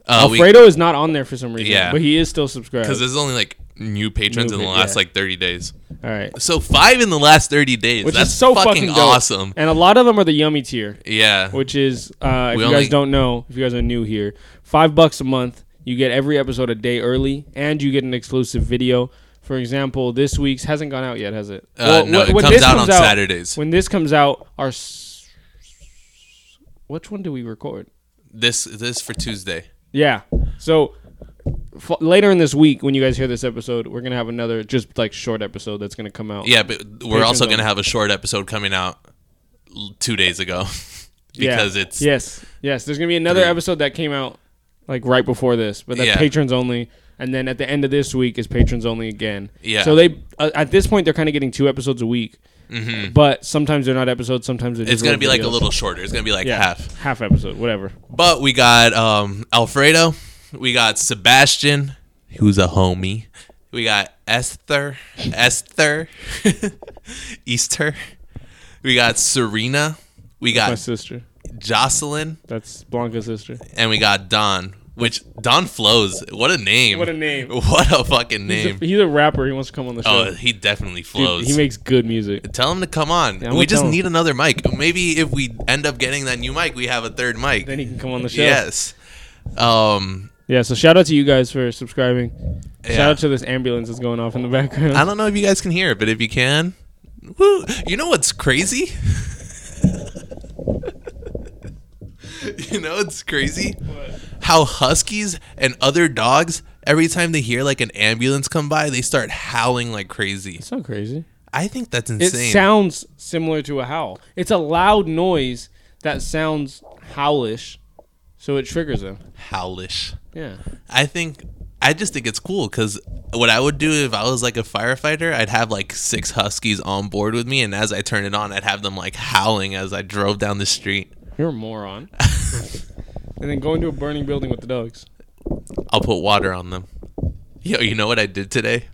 Speaker 2: Uh, we-
Speaker 1: Alfredo is not on there for some reason.
Speaker 2: Yeah.
Speaker 1: but he is still subscribed.
Speaker 2: Because this is only like new patrons
Speaker 1: New
Speaker 2: in the
Speaker 1: pa-
Speaker 2: last
Speaker 1: yeah.
Speaker 2: like 30 days.
Speaker 1: all right,
Speaker 2: So five in the last 30 days.
Speaker 1: which
Speaker 2: That's
Speaker 1: is so fucking,
Speaker 2: fucking,
Speaker 1: dope.
Speaker 2: awesome.
Speaker 1: And a lot of them are the yummy tier.
Speaker 2: Yeah.
Speaker 1: which is uh, if
Speaker 2: We
Speaker 1: you
Speaker 2: only-
Speaker 1: guys don't know, if you guys are new here, five bucks a month. You get every episode a day early, and you get an exclusive video. For example, this week's hasn't gone out yet, has it?
Speaker 2: Uh, no,
Speaker 1: wh-
Speaker 2: it
Speaker 1: when
Speaker 2: comes
Speaker 1: this
Speaker 2: out on Saturdays.
Speaker 1: When this comes out, our s- which one do we record?
Speaker 2: This this for Tuesday.
Speaker 1: Yeah. So f- later in this week, when you guys hear this episode, we're gonna have another just like short episode that's gonna come out.
Speaker 2: Yeah, but we're
Speaker 1: Patrons
Speaker 2: also
Speaker 1: only.
Speaker 2: going to have a short episode coming out l- two days ago.
Speaker 1: Yeah.
Speaker 2: because it's.
Speaker 1: yes, yes. There's gonna be another
Speaker 2: Three.
Speaker 1: episode that came out like right before this, but that's
Speaker 2: Yeah.
Speaker 1: patrons only. And then at the end of this week is patrons only again.
Speaker 2: Yeah.
Speaker 1: So they uh, at this point they're kind of getting two episodes a week, but sometimes they're not episodes. Sometimes they're just
Speaker 2: Mm-hmm. It's going to
Speaker 1: little
Speaker 2: be like a
Speaker 1: videos.
Speaker 2: little shorter. It's going to be like
Speaker 1: yeah,
Speaker 2: half.
Speaker 1: half episode whatever.
Speaker 2: But we got um, Alfredo. We got Sebastian, who's a homie. We got Esther, Esther, Easter. We got Serena. We
Speaker 1: My
Speaker 2: got
Speaker 1: sister,
Speaker 2: Jocelyn,
Speaker 1: that's Blanca's sister.
Speaker 2: and we got Don. Which Don flows. What a name!
Speaker 1: What a name.
Speaker 2: What a fucking
Speaker 1: He's a,
Speaker 2: name!
Speaker 1: he's a rapper. He wants to come on the show.
Speaker 2: Oh, he definitely
Speaker 1: Dude,
Speaker 2: flows.
Speaker 1: he makes good music.
Speaker 2: Tell him to come on.
Speaker 1: I'm
Speaker 2: we
Speaker 1: gonna
Speaker 2: just
Speaker 1: tell him.
Speaker 2: need another mic. Maybe if we end up getting that new mic, we have a third mic.
Speaker 1: Then he can come on the show.
Speaker 2: yes. Um,
Speaker 1: Yeah. So shout out to you guys for subscribing.
Speaker 2: Yeah.
Speaker 1: Shout out to this ambulance that's going off in the background.
Speaker 2: I don't know if you guys can hear it, but if you can, woo. You know what's crazy? you know what's crazy? How huskies and other dogs every time they hear like an ambulance come by, they start howling like crazy.
Speaker 1: It's not crazy.
Speaker 2: I think that's
Speaker 1: It
Speaker 2: insane.
Speaker 1: sounds similar to a howl. It's a loud noise that sounds howlish, so it triggers them.
Speaker 2: Howlish.
Speaker 1: Yeah.
Speaker 2: I think I just think it's cool because what I would do if I was like a firefighter, I'd have like six huskies on board with me, and as I turned it on, I'd have them like howling as I drove down the street.
Speaker 1: You're a moron. and then go into a burning building with the dogs.
Speaker 2: I'll put water on them. Yo, you know what I did today?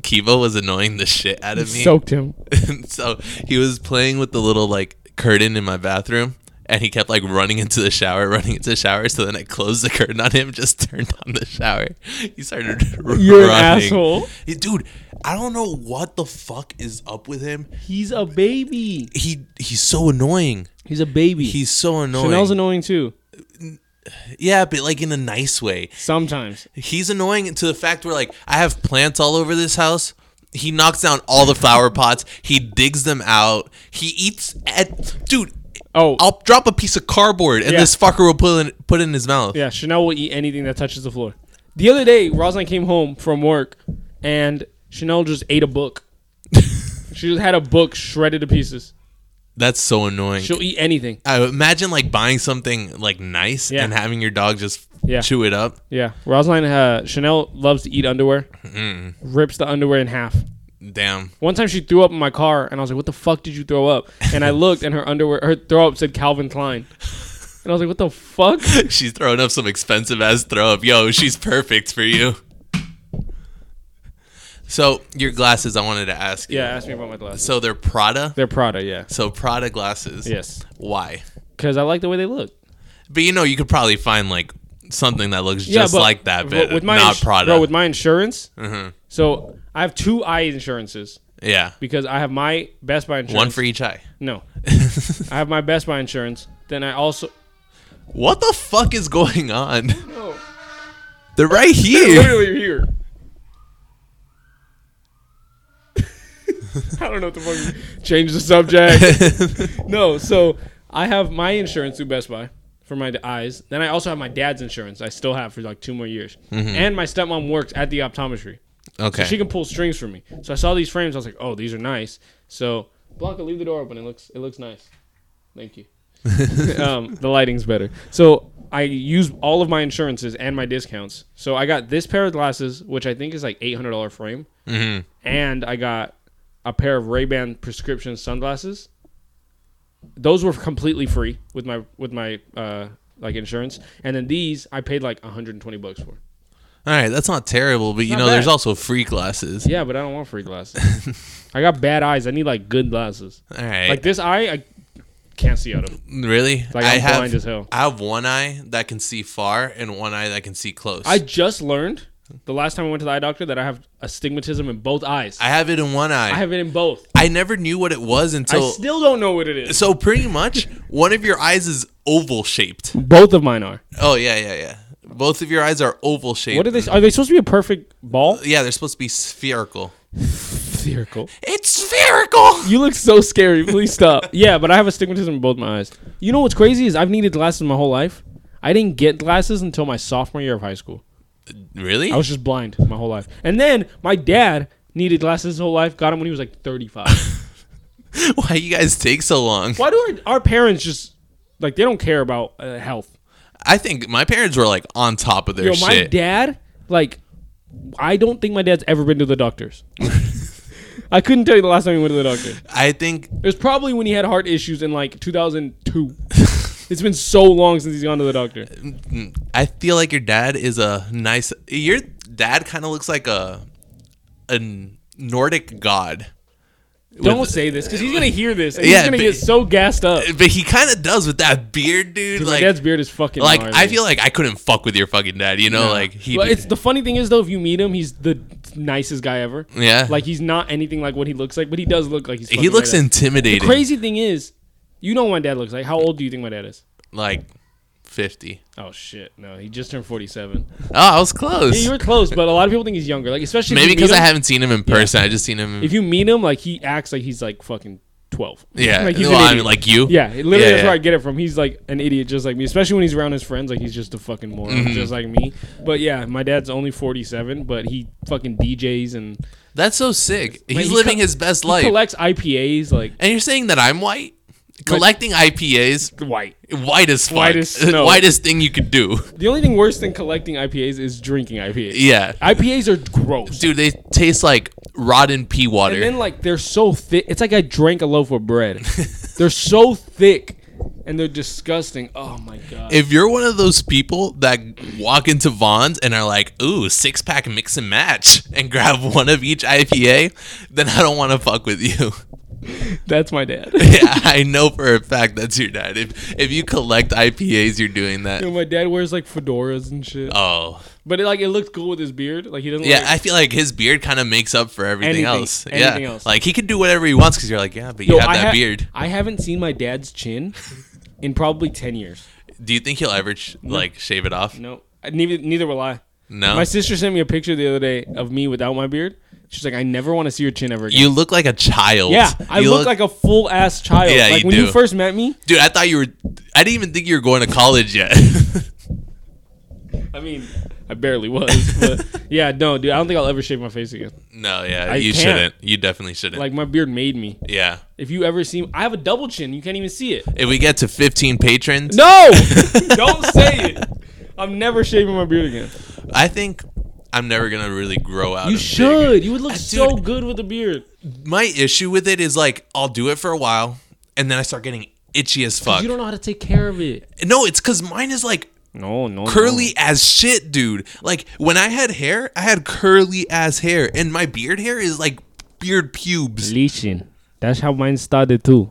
Speaker 2: Kivo was annoying the shit out of me.
Speaker 1: Soaked him.
Speaker 2: And so he was playing with the little like curtain in my bathroom and he kept like running into the shower, running into the shower. So then I closed the curtain on him, just turned on the shower. He started
Speaker 1: You're an
Speaker 2: running.
Speaker 1: asshole.
Speaker 2: He- Dude, I don't know what the fuck is up with him.
Speaker 1: He's a baby.
Speaker 2: He he's so annoying.
Speaker 1: He's a baby.
Speaker 2: He's so annoying.
Speaker 1: Chanel's annoying too.
Speaker 2: yeah, but like in a nice way.
Speaker 1: Sometimes.
Speaker 2: He's annoying to the fact where like I have plants all over this house. He knocks down all the flower pots. He digs them out. He eats at dude.
Speaker 1: Oh.
Speaker 2: I'll drop a piece of cardboard and
Speaker 1: Yeah.
Speaker 2: this fucker will put in, put it in his mouth.
Speaker 1: Yeah, Chanel will eat anything that touches the floor. The other day, Rosalind came home from work, and Chanel just ate a book. she just had a book shredded to pieces.
Speaker 2: That's so annoying.
Speaker 1: She'll eat anything.
Speaker 2: I imagine like buying something like nice
Speaker 1: Yeah.
Speaker 2: and having your dog just
Speaker 1: Yeah.
Speaker 2: chew it up.
Speaker 1: Yeah, Rosalind uh, Chanel loves to eat underwear.
Speaker 2: Mm-hmm.
Speaker 1: Rips the underwear in half.
Speaker 2: Damn.
Speaker 1: One time she threw up in my car, and I was like, "What the fuck did you throw up?" And I looked, and her underwear, her throw up said Calvin Klein, and I was like, "What the fuck?"
Speaker 2: she's throwing up some expensive ass throw up. Yo, she's perfect for you. So your glasses, I wanted to ask you.
Speaker 1: Yeah, ask me about my glasses.
Speaker 2: So they're Prada.
Speaker 1: They're Prada, yeah,
Speaker 2: So Prada glasses.
Speaker 1: yes,
Speaker 2: Why?
Speaker 1: because I like the way they look.
Speaker 2: But you know, you could probably find like something that looks
Speaker 1: Yeah,
Speaker 2: just
Speaker 1: but-
Speaker 2: like that,
Speaker 1: bro,
Speaker 2: but not
Speaker 1: ins-
Speaker 2: Prada. Mm-hmm.
Speaker 1: Bro, with my insurance, so I have two eye insurances
Speaker 2: yeah,
Speaker 1: because I have my Best Buy insurance.
Speaker 2: one for each eye.
Speaker 1: no, I have my Best Buy insurance. Then I also
Speaker 2: What the fuck is going on?
Speaker 1: oh,
Speaker 2: They're right here.
Speaker 1: literally here. I don't know what the fuck. Change the subject. no, so I have my insurance through Best Buy for my eyes. Then I also have my dad's insurance. I still have for like two more years. And my stepmom works at the optometry.
Speaker 2: okay.
Speaker 1: She can pull strings for me. So I saw these frames. I was like, oh, these are nice. So Blanca, leave the door open. It looks it looks nice. Thank you. um, the lighting's better. So I used all of my insurances and my discounts. So I got this pair of glasses, which I think is like eight hundred dollar frame, and I got a pair of Ray Ban prescription sunglasses. Those were completely free with my with my uh, like insurance, and then these I paid like one hundred and twenty bucks for.
Speaker 2: All right, that's not terrible, but you
Speaker 1: Not
Speaker 2: know, there's
Speaker 1: bad.
Speaker 2: also free glasses.
Speaker 1: Yeah, but I don't want free glasses. I got bad eyes. I need like good glasses.
Speaker 2: All right.
Speaker 1: Like this eye, I can't see out of.
Speaker 2: really?
Speaker 1: Like,
Speaker 2: I
Speaker 1: I'm
Speaker 2: have
Speaker 1: blind as hell.
Speaker 2: I have one eye that can see far and one eye that can see close.
Speaker 1: I just learned the last time I went to the eye doctor that I have astigmatism in both eyes.
Speaker 2: I have it in one eye.
Speaker 1: I
Speaker 2: I,
Speaker 1: have it in both.
Speaker 2: never knew what it was
Speaker 1: I
Speaker 2: until
Speaker 1: still don't know what it is.
Speaker 2: so pretty much one of your eyes is oval shaped.
Speaker 1: Both of mine are.
Speaker 2: Oh yeah, yeah, yeah. Both of your eyes are oval shaped.
Speaker 1: What are they? Are they supposed to be a perfect ball?
Speaker 2: Yeah, they're supposed to be spherical.
Speaker 1: Spherical.
Speaker 2: It's spherical.
Speaker 1: You look so scary. Please stop. yeah, but I have astigmatism in both my eyes. You know what's crazy is I've needed glasses my whole life. I didn't get glasses until my sophomore year of high school.
Speaker 2: Really?
Speaker 1: I was just blind my whole life. And then my dad needed glasses his whole life, got him when he was like 35.
Speaker 2: Why you guys take so long?
Speaker 1: Why do our, our parents just, like, they don't care about uh, health?
Speaker 2: I think my parents were like on top of their
Speaker 1: Yo, my
Speaker 2: Oh, shit.
Speaker 1: dad, like, I don't think my dad's ever been to the doctors. I couldn't tell you the last time he went to the doctor. It
Speaker 2: I think
Speaker 1: was probably when he had heart issues in like 2002. it's been so long since he's gone to the doctor.
Speaker 2: I feel like your dad is a nice. Your dad kind of looks like a a Nordic god,
Speaker 1: Don't say this because he's gonna hear this and
Speaker 2: Yeah,
Speaker 1: he's gonna
Speaker 2: but-
Speaker 1: get so gassed up.
Speaker 2: but he kind of does with that beard, dude.
Speaker 1: my
Speaker 2: Like,
Speaker 1: dad's beard is fucking.
Speaker 2: like
Speaker 1: gnarly.
Speaker 2: I feel like I couldn't fuck with your fucking dad. You know, like he.
Speaker 1: Well, it's the funny thing is though, if you meet him, he's the nicest guy ever.
Speaker 2: yeah,
Speaker 1: Like he's not anything like what he looks like, but he does look like he's.
Speaker 2: he
Speaker 1: fucking
Speaker 2: looks
Speaker 1: right up.
Speaker 2: intimidating.
Speaker 1: Crazy thing is, you know what my dad looks like. How old do you think my dad is?
Speaker 2: Like fifty.
Speaker 1: Oh shit! No, he just turned forty-seven.
Speaker 2: Oh, I was close.
Speaker 1: Yeah, you were close, but a lot of people think he's younger. Like especially if
Speaker 2: Maybe
Speaker 1: you meet
Speaker 2: because I
Speaker 1: him-
Speaker 2: haven't seen him in person. I just seen him.
Speaker 1: If you meet him, like he acts like he's like fucking twelve.
Speaker 2: Yeah,
Speaker 1: like he's
Speaker 2: well,
Speaker 1: an
Speaker 2: I
Speaker 1: idiot.
Speaker 2: mean, like you.
Speaker 1: yeah, it- literally,
Speaker 2: Yeah,
Speaker 1: that's
Speaker 2: yeah.
Speaker 1: where I get it from. He's like an idiot, just like me. Especially when he's around his friends, like he's just a fucking moron,
Speaker 2: Mm-hmm.
Speaker 1: just like me. But yeah, my dad's only forty-seven, but he fucking DJs and
Speaker 2: That's so sick. He's,
Speaker 1: he's
Speaker 2: living
Speaker 1: co-
Speaker 2: his best
Speaker 1: he
Speaker 2: life.
Speaker 1: collects IPAs like
Speaker 2: and you're saying that I'm white? Collecting IPAs,
Speaker 1: white.
Speaker 2: white as fuck.
Speaker 1: White as snow.
Speaker 2: Whitest thing you could do.
Speaker 1: The only thing worse than collecting IPAs is drinking IPAs.
Speaker 2: Yeah.
Speaker 1: IPAs are gross.
Speaker 2: Dude, they taste like rotten pea water.
Speaker 1: And then like they're so thick. It's like I drank a loaf of bread. they're so thick and they're disgusting. Oh my god.
Speaker 2: if you're one of those people that walk into Vons and are like, ooh, six pack mix and match and grab one of each IPA, then I don't want to fuck with you.
Speaker 1: That's my dad.
Speaker 2: yeah, I know for a fact that's your dad. If if you collect IPAs, you're doing that.
Speaker 1: Dude, my dad wears like fedoras and shit.
Speaker 2: Oh.
Speaker 1: But it, like it looks cool with his beard. Like he doesn't
Speaker 2: Yeah,
Speaker 1: like,
Speaker 2: I feel like his beard kind of makes up for everything
Speaker 1: Anything-
Speaker 2: else.
Speaker 1: anything
Speaker 2: yeah,
Speaker 1: else.
Speaker 2: like he can do whatever he wants because you're like, yeah, but you
Speaker 1: Yo,
Speaker 2: have
Speaker 1: I
Speaker 2: that
Speaker 1: ha-
Speaker 2: beard.
Speaker 1: I haven't seen my dad's chin in probably 10 years.
Speaker 2: Do you think he'll ever sh- like shave it off?
Speaker 1: No. I- Neither neither will I.
Speaker 2: No,
Speaker 1: My sister sent me a picture the other day of me without my beard. She's like, I never want to see your chin ever again.
Speaker 2: you look like a child.
Speaker 1: yeah, I
Speaker 2: You
Speaker 1: look, like a full ass child.
Speaker 2: Yeah,
Speaker 1: like
Speaker 2: you
Speaker 1: when
Speaker 2: do.
Speaker 1: you first met me,
Speaker 2: dude. I thought you were. I didn't even think you were going to college yet.
Speaker 1: I mean, I barely was. But yeah, no, dude, I don't think I'll ever shave my face again.
Speaker 2: no, yeah,
Speaker 1: I
Speaker 2: you
Speaker 1: can't.
Speaker 2: shouldn't. You definitely shouldn't.
Speaker 1: Like my beard made me.
Speaker 2: yeah,
Speaker 1: If you ever see, I have a double chin. You can't even see it.
Speaker 2: if we get to 15 patrons,
Speaker 1: No, don't say it. I'm never shaving my beard again.
Speaker 2: I think I'm never gonna really grow out.
Speaker 1: You
Speaker 2: a big-
Speaker 1: should. You would look so
Speaker 2: dude.
Speaker 1: good with a beard.
Speaker 2: My issue with it is like I'll do it for a while, and then I start getting itchy as fuck.
Speaker 1: You don't know how to take care of it.
Speaker 2: No, it's because mine is like
Speaker 1: No, no.
Speaker 2: curly as shit, dude. Like when I had hair, I had curly as hair, and my beard hair is like beard pubes.
Speaker 1: leashing. That's how mine started too.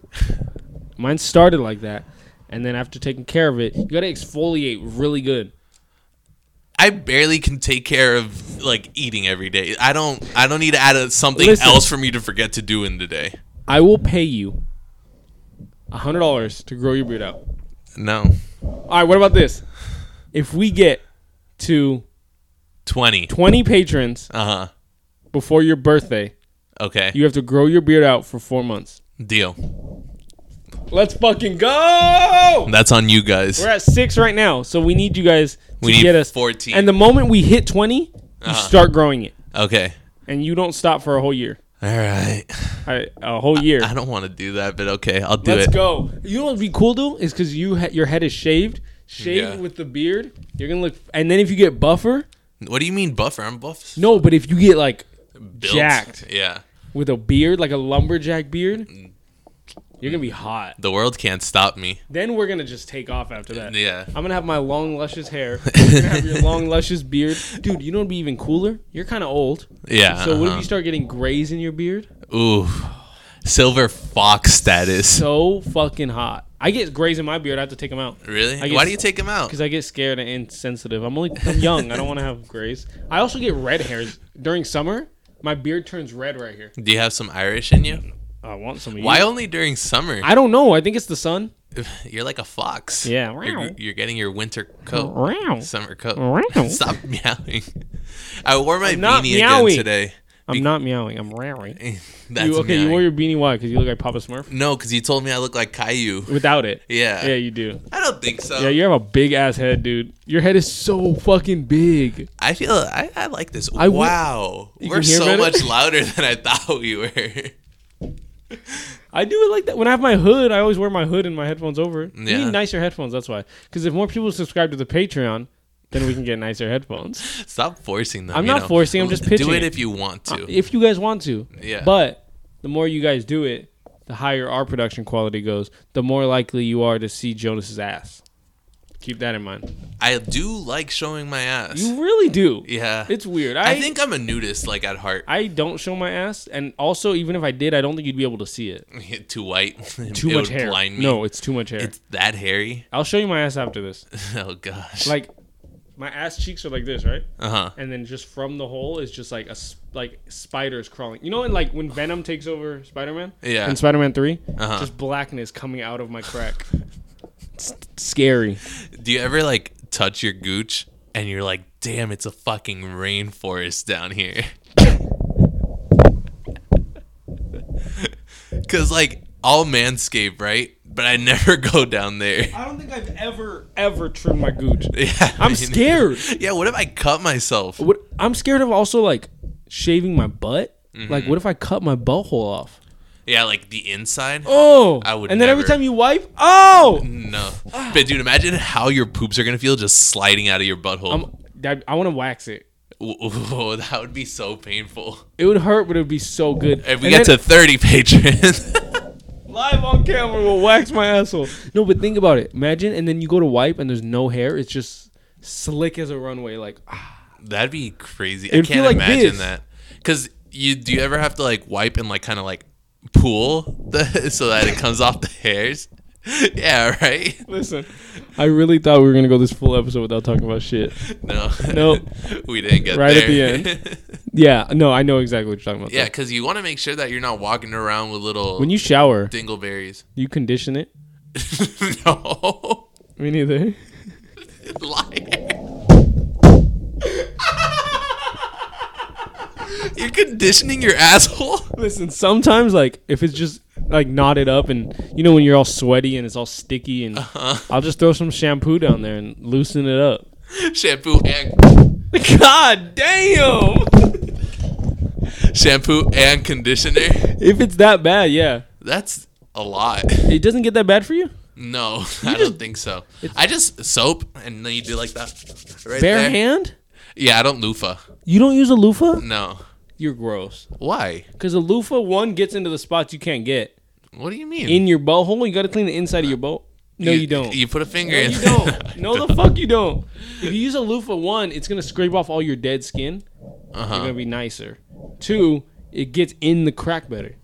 Speaker 1: mine started like that, and then after taking care of it, you gotta exfoliate really good.
Speaker 2: I barely can take care of like eating every day. I don't. I don't need to add a, something
Speaker 1: Listen.
Speaker 2: else for me to forget to do in the day.
Speaker 1: I will pay you a hundred dollars to grow your beard out.
Speaker 2: No,
Speaker 1: All right, what about this? If we get to
Speaker 2: twenty.
Speaker 1: 20 patrons
Speaker 2: Uh huh.
Speaker 1: before your birthday,
Speaker 2: Okay.
Speaker 1: you have to grow your beard out for four months.
Speaker 2: Deal.
Speaker 1: Let's fucking go!
Speaker 2: That's on you guys.
Speaker 1: We're at six right now, so we need you guys to
Speaker 2: We need Uh-huh.
Speaker 1: get us
Speaker 2: 14.
Speaker 1: And the moment we hit 20, you start growing it,
Speaker 2: Okay.
Speaker 1: and you don't stop for a whole year.
Speaker 2: All right.
Speaker 1: All right, a whole year.
Speaker 2: I don't want to do that, but okay, I'll do
Speaker 1: Let's
Speaker 2: it.
Speaker 1: go. You know what'd be cool though is because you ha- your head is shaved, shaved
Speaker 2: Yeah.
Speaker 1: with the beard. You're gonna look, and then if you get buffer,
Speaker 2: What do you mean buffer? I'm buff.
Speaker 1: no, but if you get like
Speaker 2: Built.
Speaker 1: jacked.
Speaker 2: Yeah.
Speaker 1: with a beard, like a lumberjack beard, you're gonna be hot.
Speaker 2: The world can't stop me.
Speaker 1: Then we're gonna just take off after that.
Speaker 2: Yeah.
Speaker 1: I'm gonna have my long luscious hair. You're gonna have your long luscious beard, dude. You know what'd be even cooler? You're kind of old,
Speaker 2: Yeah.
Speaker 1: so what if
Speaker 2: uh-huh.
Speaker 1: you start getting grays in your beard?
Speaker 2: Ooh, silver fox status.
Speaker 1: So fucking hot. I get grays in my beard. I have to take them out.
Speaker 2: Really?
Speaker 1: I
Speaker 2: Why
Speaker 1: guess-
Speaker 2: do you take him out?
Speaker 1: Because I get scared and insensitive. I'm only I'm young. I don't want to have grays. I also get red hairs during summer. My beard turns red right here.
Speaker 2: Do you have some Irish in you?
Speaker 1: I want some of you.
Speaker 2: Why only during summer?
Speaker 1: I don't know. I think it's the sun.
Speaker 2: You're like a fox.
Speaker 1: Yeah.
Speaker 2: You're, you're getting your winter coat,
Speaker 1: Wow.
Speaker 2: summer coat.
Speaker 1: Wow.
Speaker 2: Stop meowing. I wore my
Speaker 1: not
Speaker 2: beanie
Speaker 1: meowing.
Speaker 2: again today.
Speaker 1: I'm not meowing. I'm rowing.
Speaker 2: That's
Speaker 1: You, okay, you
Speaker 2: meowing.
Speaker 1: wore your beanie. Why? Because you look like Papa Smurf
Speaker 2: no, because you told me I look like Caillou.
Speaker 1: without it.
Speaker 2: Yeah.
Speaker 1: Yeah, you do.
Speaker 2: I don't think so.
Speaker 1: Yeah, you have a big ass head, dude. Your head is so fucking big.
Speaker 2: I feel I, I like this.
Speaker 1: I would-
Speaker 2: wow, we're
Speaker 1: can hear
Speaker 2: so
Speaker 1: better?
Speaker 2: much louder than I thought we were.
Speaker 1: I do it like that. When I have my hood, I always wear my hood and my headphones over. it. We
Speaker 2: Yeah.
Speaker 1: need nicer headphones. That's why. Because if more people subscribe to the Patreon, then we can get nicer headphones.
Speaker 2: Stop forcing them.
Speaker 1: I'm
Speaker 2: you
Speaker 1: not
Speaker 2: know.
Speaker 1: forcing, I'm just pitching
Speaker 2: Do it
Speaker 1: it.
Speaker 2: if you want to.
Speaker 1: Uh, if you guys want to.
Speaker 2: Yeah.
Speaker 1: But the more you guys do it, the higher our production quality goes. The more likely you are to see Jonas's ass. Keep that in mind.
Speaker 2: I do like showing my ass.
Speaker 1: You really do.
Speaker 2: yeah.
Speaker 1: It's weird. I,
Speaker 2: I, think I'm a nudist, like at heart.
Speaker 1: I don't show my ass, and also even if I did, I don't think you'd be able to see it.
Speaker 2: Too white.
Speaker 1: Too
Speaker 2: it
Speaker 1: much
Speaker 2: would
Speaker 1: hair.
Speaker 2: Blind me.
Speaker 1: No, it's too much hair.
Speaker 2: It's that hairy.
Speaker 1: I'll show you my ass after this.
Speaker 2: Oh gosh.
Speaker 1: Like, my ass cheeks are like this, right?
Speaker 2: uh huh.
Speaker 1: And then just from the hole is just like a s- like spiders crawling. You know, and like when Venom takes over Spider Man.
Speaker 2: Yeah.
Speaker 1: In Spider Man 3
Speaker 2: Uh-huh.
Speaker 1: just blackness coming out of my crack. It's scary.
Speaker 2: Do you ever like touch your gooch and you're like, damn, it's a fucking rainforest down here? Cause like I'll manscape, right? But I never go down there.
Speaker 1: I don't think I've ever ever trimmed my gooch.
Speaker 2: Yeah,
Speaker 1: I'm
Speaker 2: I mean,
Speaker 1: scared.
Speaker 2: Yeah, what if I cut myself?
Speaker 1: What I'm scared of also like shaving my butt.
Speaker 2: Mm-hmm.
Speaker 1: Like what if I cut my butthole off?
Speaker 2: Yeah, like the inside.
Speaker 1: Oh,
Speaker 2: I would
Speaker 1: And then every
Speaker 2: never.
Speaker 1: time you wipe, oh,
Speaker 2: No, but dude, imagine how your poops are gonna feel just sliding out of your butthole.
Speaker 1: I'm, I, I want to wax it.
Speaker 2: Ooh, that would be so painful.
Speaker 1: It would hurt, but it would be so good.
Speaker 2: If we get to thirty patrons,
Speaker 1: live on camera, will wax my asshole. No, but think about it. Imagine, and then you go to wipe, and there's no hair. It's just slick as a runway. Like ah,
Speaker 2: that'd be crazy.
Speaker 1: It'd
Speaker 2: I
Speaker 1: feel like
Speaker 2: can't imagine
Speaker 1: this.
Speaker 2: that. Cause you do you ever have to like wipe and like kind of like pull the so that it comes off the hairs? Yeah, right.
Speaker 1: listen, I really thought we were gonna go this full episode without talking about shit.
Speaker 2: No,
Speaker 1: Nope.
Speaker 2: we didn't get
Speaker 1: Right at
Speaker 2: there.
Speaker 1: the
Speaker 2: end.
Speaker 1: Yeah, no, I know exactly what you're talking about.
Speaker 2: yeah,
Speaker 1: though.
Speaker 2: because you want to make sure that you're not walking around with little
Speaker 1: When you shower,
Speaker 2: dingleberries.
Speaker 1: do you condition it?
Speaker 2: no,
Speaker 1: Me neither.
Speaker 2: liar. you're conditioning your asshole.
Speaker 1: Listen, sometimes like if it's just like knotted up, and you know when you're all sweaty and it's all sticky, and I'll just throw some shampoo down there and loosen it up.
Speaker 2: Shampoo and
Speaker 1: God damn!
Speaker 2: shampoo and conditioner.
Speaker 1: if it's that bad, yeah,
Speaker 2: That's a lot.
Speaker 1: it doesn't get that bad for you.
Speaker 2: No, I don't think so. I just soap and then you do like that. Right
Speaker 1: Bare
Speaker 2: there.
Speaker 1: hand?
Speaker 2: Yeah, I don't loofah.
Speaker 1: You don't use a loofah?
Speaker 2: No.
Speaker 1: You're gross.
Speaker 2: Why?
Speaker 1: Because a loofah one gets into the spots you can't get
Speaker 2: What do you mean?
Speaker 1: in your butthole. You got to clean the inside of your butt. No, you, don't.
Speaker 2: You put a finger
Speaker 1: no,
Speaker 2: in.
Speaker 1: you don't. No, the fuck you don't. If you use a loofah one, it's gonna scrape off all your dead skin. You're
Speaker 2: Uh-huh.
Speaker 1: gonna be nicer. Two, it gets in the crack better.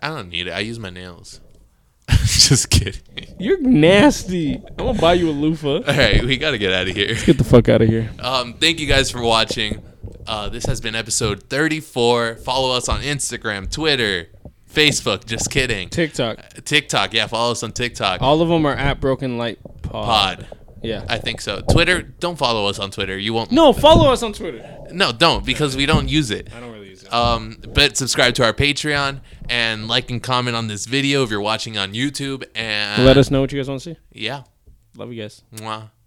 Speaker 2: I don't need it. I use my nails. Just kidding.
Speaker 1: You're nasty. I'm gonna buy you a loofah.
Speaker 2: All right, we got to get out of here.
Speaker 1: Get the fuck out of here.
Speaker 2: Um, thank you guys for watching. Uh, this has been episode 34. Follow us on Instagram, Twitter, Facebook. Just kidding.
Speaker 1: TikTok.
Speaker 2: TikTok. Yeah, follow us on TikTok.
Speaker 1: All of them are at Broken Light Pod.
Speaker 2: Pod.
Speaker 1: Yeah.
Speaker 2: I think so. Twitter. Don't follow us on Twitter. You won't.
Speaker 1: no, follow us on Twitter.
Speaker 2: No, don't because we don't use it.
Speaker 1: I don't really use it.
Speaker 2: Um, but subscribe to our Patreon and like and comment on this video if you're watching on YouTube. And
Speaker 1: Let us know what you guys want to see.
Speaker 2: Yeah.
Speaker 1: Love you guys.
Speaker 2: Mwah.